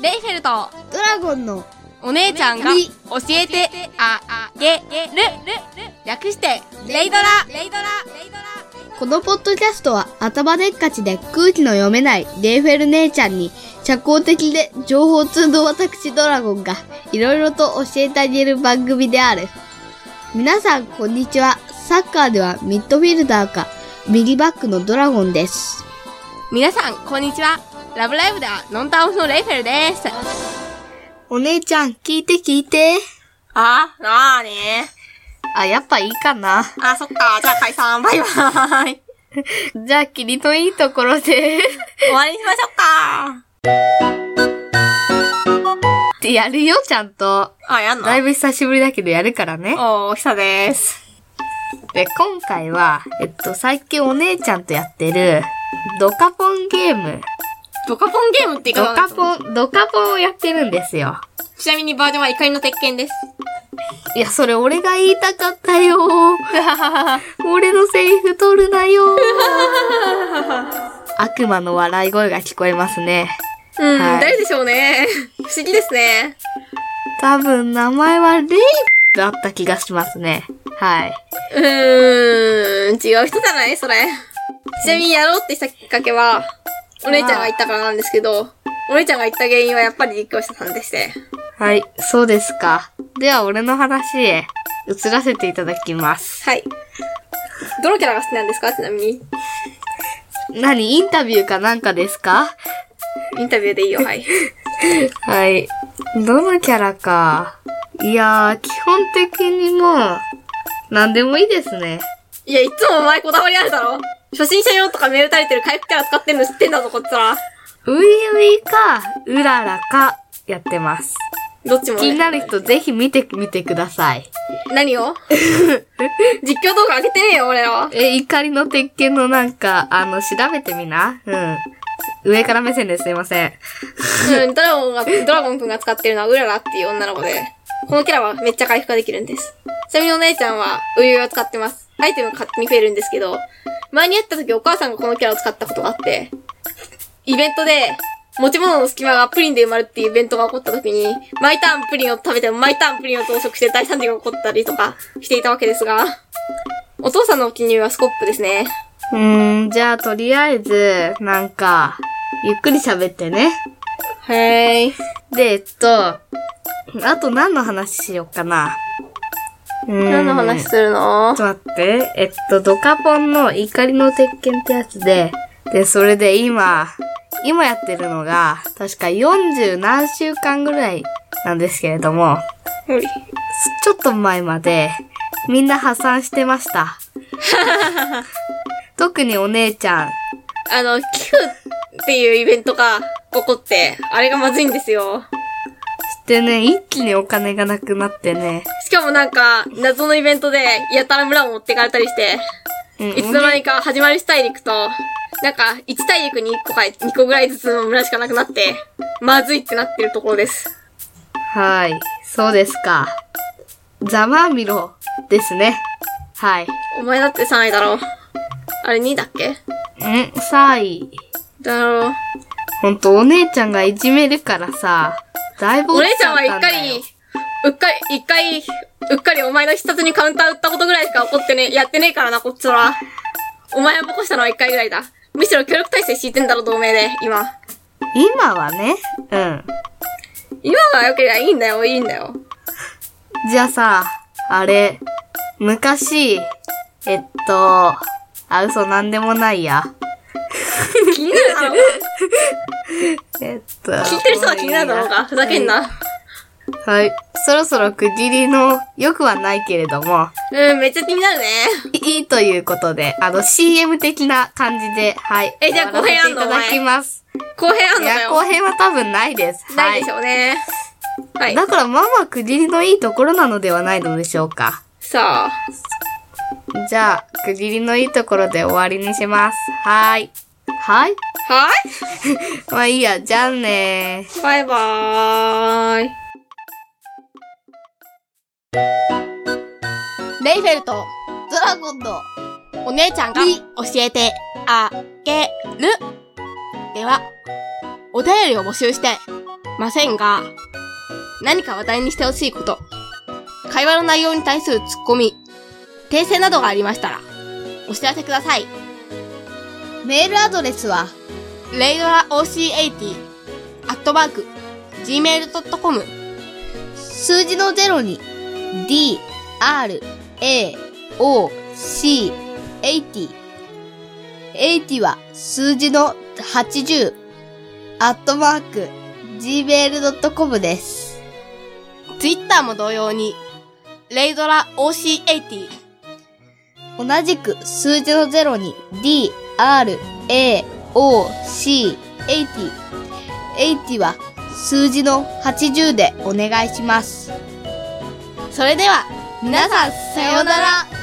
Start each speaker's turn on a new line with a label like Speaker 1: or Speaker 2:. Speaker 1: レイフェルト
Speaker 2: ドラゴンの
Speaker 1: お姉ちゃんが
Speaker 2: み
Speaker 1: 教えてあげる略してレイドラ
Speaker 2: このポッドキャストは頭でっかちで空気の読めないレイフェル姉ちゃんに社交的で情報通の私ドラゴンがいろいろと教えてあげる番組である。皆さんこんにちは。サッカーではミッドフィルダーか右バックのドラゴンです。
Speaker 1: 皆さんこんにちはラブライブではノンタンオフのレイフェルです
Speaker 2: お姉ちゃん聞いて聞いて。
Speaker 1: あなーね
Speaker 2: あ、やっぱいいかな。
Speaker 1: あそっかじゃあ解散バイバーイ
Speaker 2: じゃあ、切りのいいところで、
Speaker 1: 終わりにしましょうか
Speaker 2: ってやるよ、ちゃんと。
Speaker 1: あやんの
Speaker 2: だいぶ久しぶりだけどやるからね。
Speaker 1: おー久です
Speaker 2: で、今回は、えっと、最近お姉ちゃんとやってる、ドカポンゲーム。
Speaker 1: ドカポンゲームって言
Speaker 2: ド
Speaker 1: い方なんで
Speaker 2: カ
Speaker 1: すよ
Speaker 2: ポン、ドカポンをやってるんですよ。
Speaker 1: ちなみにバージョンは怒りの鉄拳です
Speaker 2: いや、それ俺が言いたかったよ。俺のセリフ取るなよ。悪魔の笑い声が聞こえますね。
Speaker 1: うん、
Speaker 2: はい
Speaker 1: 誰でしょうね不思議ですね
Speaker 2: 多分名前はレイだった気がしますね。はい。
Speaker 1: うーん、違う人じゃないそれ。ちなみにやろうってしたきっかけは、お姉ちゃんが言ったからなんですけど、お姉ちゃんが言った原因はやっぱり立教者さんでして。
Speaker 2: はい、そうですか。では俺の話へ移らせていただきます。
Speaker 1: はい。どのキャラが好きなんですかちなみに。
Speaker 2: 何インタビューかなんかですか
Speaker 1: インタビューでいいよ、 はい。
Speaker 2: はい。どのキャラか。いやー、基本的にもう、何でもいいですね。
Speaker 1: いや、いつもお前こだわりあるだろ初心者用とか銘打たれてる回復キャラ使ってんの知ってんだぞ、こっちら。
Speaker 2: ウイウイか、うららか、やってます。
Speaker 1: どっちも、ね。
Speaker 2: 気になる人ぜひ見てみてください。
Speaker 1: 何を 実況動画上げてねえよ、俺ら。
Speaker 2: え、怒りの鉄拳のなんか、あの、調べてみな。うん。上から目線ですいません。
Speaker 1: うん、ドラゴンが、ドラゴンくんが使ってるのはウララっていう女の子で、このキャラはめっちゃ回復ができるんです。ちなみにお姉ちゃんは、ウユイを使ってます。アイテムが勝手に増えるんですけど、前にやった時お母さんがこのキャラを使ったことがあって、イベントで、持ち物の隙間がプリンで埋まるっていうイベントが起こった時に、毎ターンプリンを食べても毎ターンプリンを増殖して大惨事が起こったりとかしていたわけですが、お父さんのお気に入りはスコップですね。
Speaker 2: うーん、じゃあとりあえず、なんか、ゆっくり喋ってね。
Speaker 1: へーい。
Speaker 2: で、えっと、あと何の話しようかな。
Speaker 1: 何
Speaker 2: 何
Speaker 1: の話
Speaker 2: ち
Speaker 1: するの
Speaker 2: ょっと待って。えっと、ドカポンの怒りの鉄拳ってやつで、で、それで今、今やってるのが、確か40何週間ぐらいなんですけれども、
Speaker 1: 無理。
Speaker 2: ちょっと前まで、みんな破産してま した。特にお姉ちゃん。
Speaker 1: あの、寄付っていうイベントが起こって、あれがまずいんですよ。
Speaker 2: でね、一気にお金がなくなってね。
Speaker 1: しかもなんか、謎のイベントで、やたら村を持ってかれたりして、
Speaker 2: うん
Speaker 1: いつの間にか始まりし大陸と、なんか、1大陸に1個か2個ぐらいずつの村しかなくなって、まずいってなってるところです。
Speaker 2: はい。そうですか。ざまあみろですね。はい。ん
Speaker 1: お前だって3位だろ。あれ2位だっけ
Speaker 2: ?3 位。
Speaker 1: だろう。
Speaker 2: ほんと、お姉ちゃんがいじめるからさ、だいぶ
Speaker 1: お
Speaker 2: 落
Speaker 1: 姉
Speaker 2: ち
Speaker 1: ち
Speaker 2: ち
Speaker 1: ゃ
Speaker 2: ゃ
Speaker 1: ん
Speaker 2: っ
Speaker 1: は一
Speaker 2: たんだよ
Speaker 1: 回、うっかり、一回、うっかりお前の必殺にカウンター打ったことぐらいしか怒ってね、やってねえからな、こっちは。お前を起こしたのは一回ぐらいだ。むしろ協力体制敷いてんだろ、同盟で、今。
Speaker 2: 今はね、うん。
Speaker 1: 今が良ければいいんだよ、いいんだよ。
Speaker 2: じゃあさ、あれ、昔、えっと、あ、嘘、なんでもないや。
Speaker 1: 気になるだろう
Speaker 2: えっと。
Speaker 1: が聞いてる人は気になるだろうが。ふざけんな。
Speaker 2: はい。そろそろ区切りの、よくはないけれども、
Speaker 1: うん、めっちゃ気になるね。
Speaker 2: いいということで、あの、CM 的な感じで、はい。
Speaker 1: えじゃあ
Speaker 2: 終わらせ
Speaker 1: 後編
Speaker 2: て
Speaker 1: あんの
Speaker 2: いただきます。
Speaker 1: 公平あん
Speaker 2: い
Speaker 1: のか
Speaker 2: や、後
Speaker 1: よ。
Speaker 2: 編は多分ないです。
Speaker 1: ないでしょうね。は
Speaker 2: はいい。。だから、まあまあ、区切りのいいところなのではないのでしょうか。
Speaker 1: さあ。
Speaker 2: じゃあ、区切りのいいところで終わりにします。はい。はい
Speaker 1: はい
Speaker 2: まあいいや、じゃあねー。
Speaker 1: バイバーイ。
Speaker 3: レイフェルとドラゴンのお姉ちゃんが教えてあげる。では、お便りを募集して
Speaker 1: ませんが、何か話題にしてほしいこと、会話の内容に対するツッコミ、訂正などがありましたら、お知らせください。
Speaker 2: メールアドレスは、
Speaker 1: レイドラ OC80、アットマーク、gmail.com、
Speaker 2: 数字の0に d, r, a, o, c, 80。80は数字の80。アットマーク、gmail.com です。
Speaker 1: Twitter も同様に、レイドラ OC80、
Speaker 2: 同じく数字の0に d, r, a, o, c, 80。80は数字の80でお願いします。
Speaker 1: それでは、皆さん、さようなら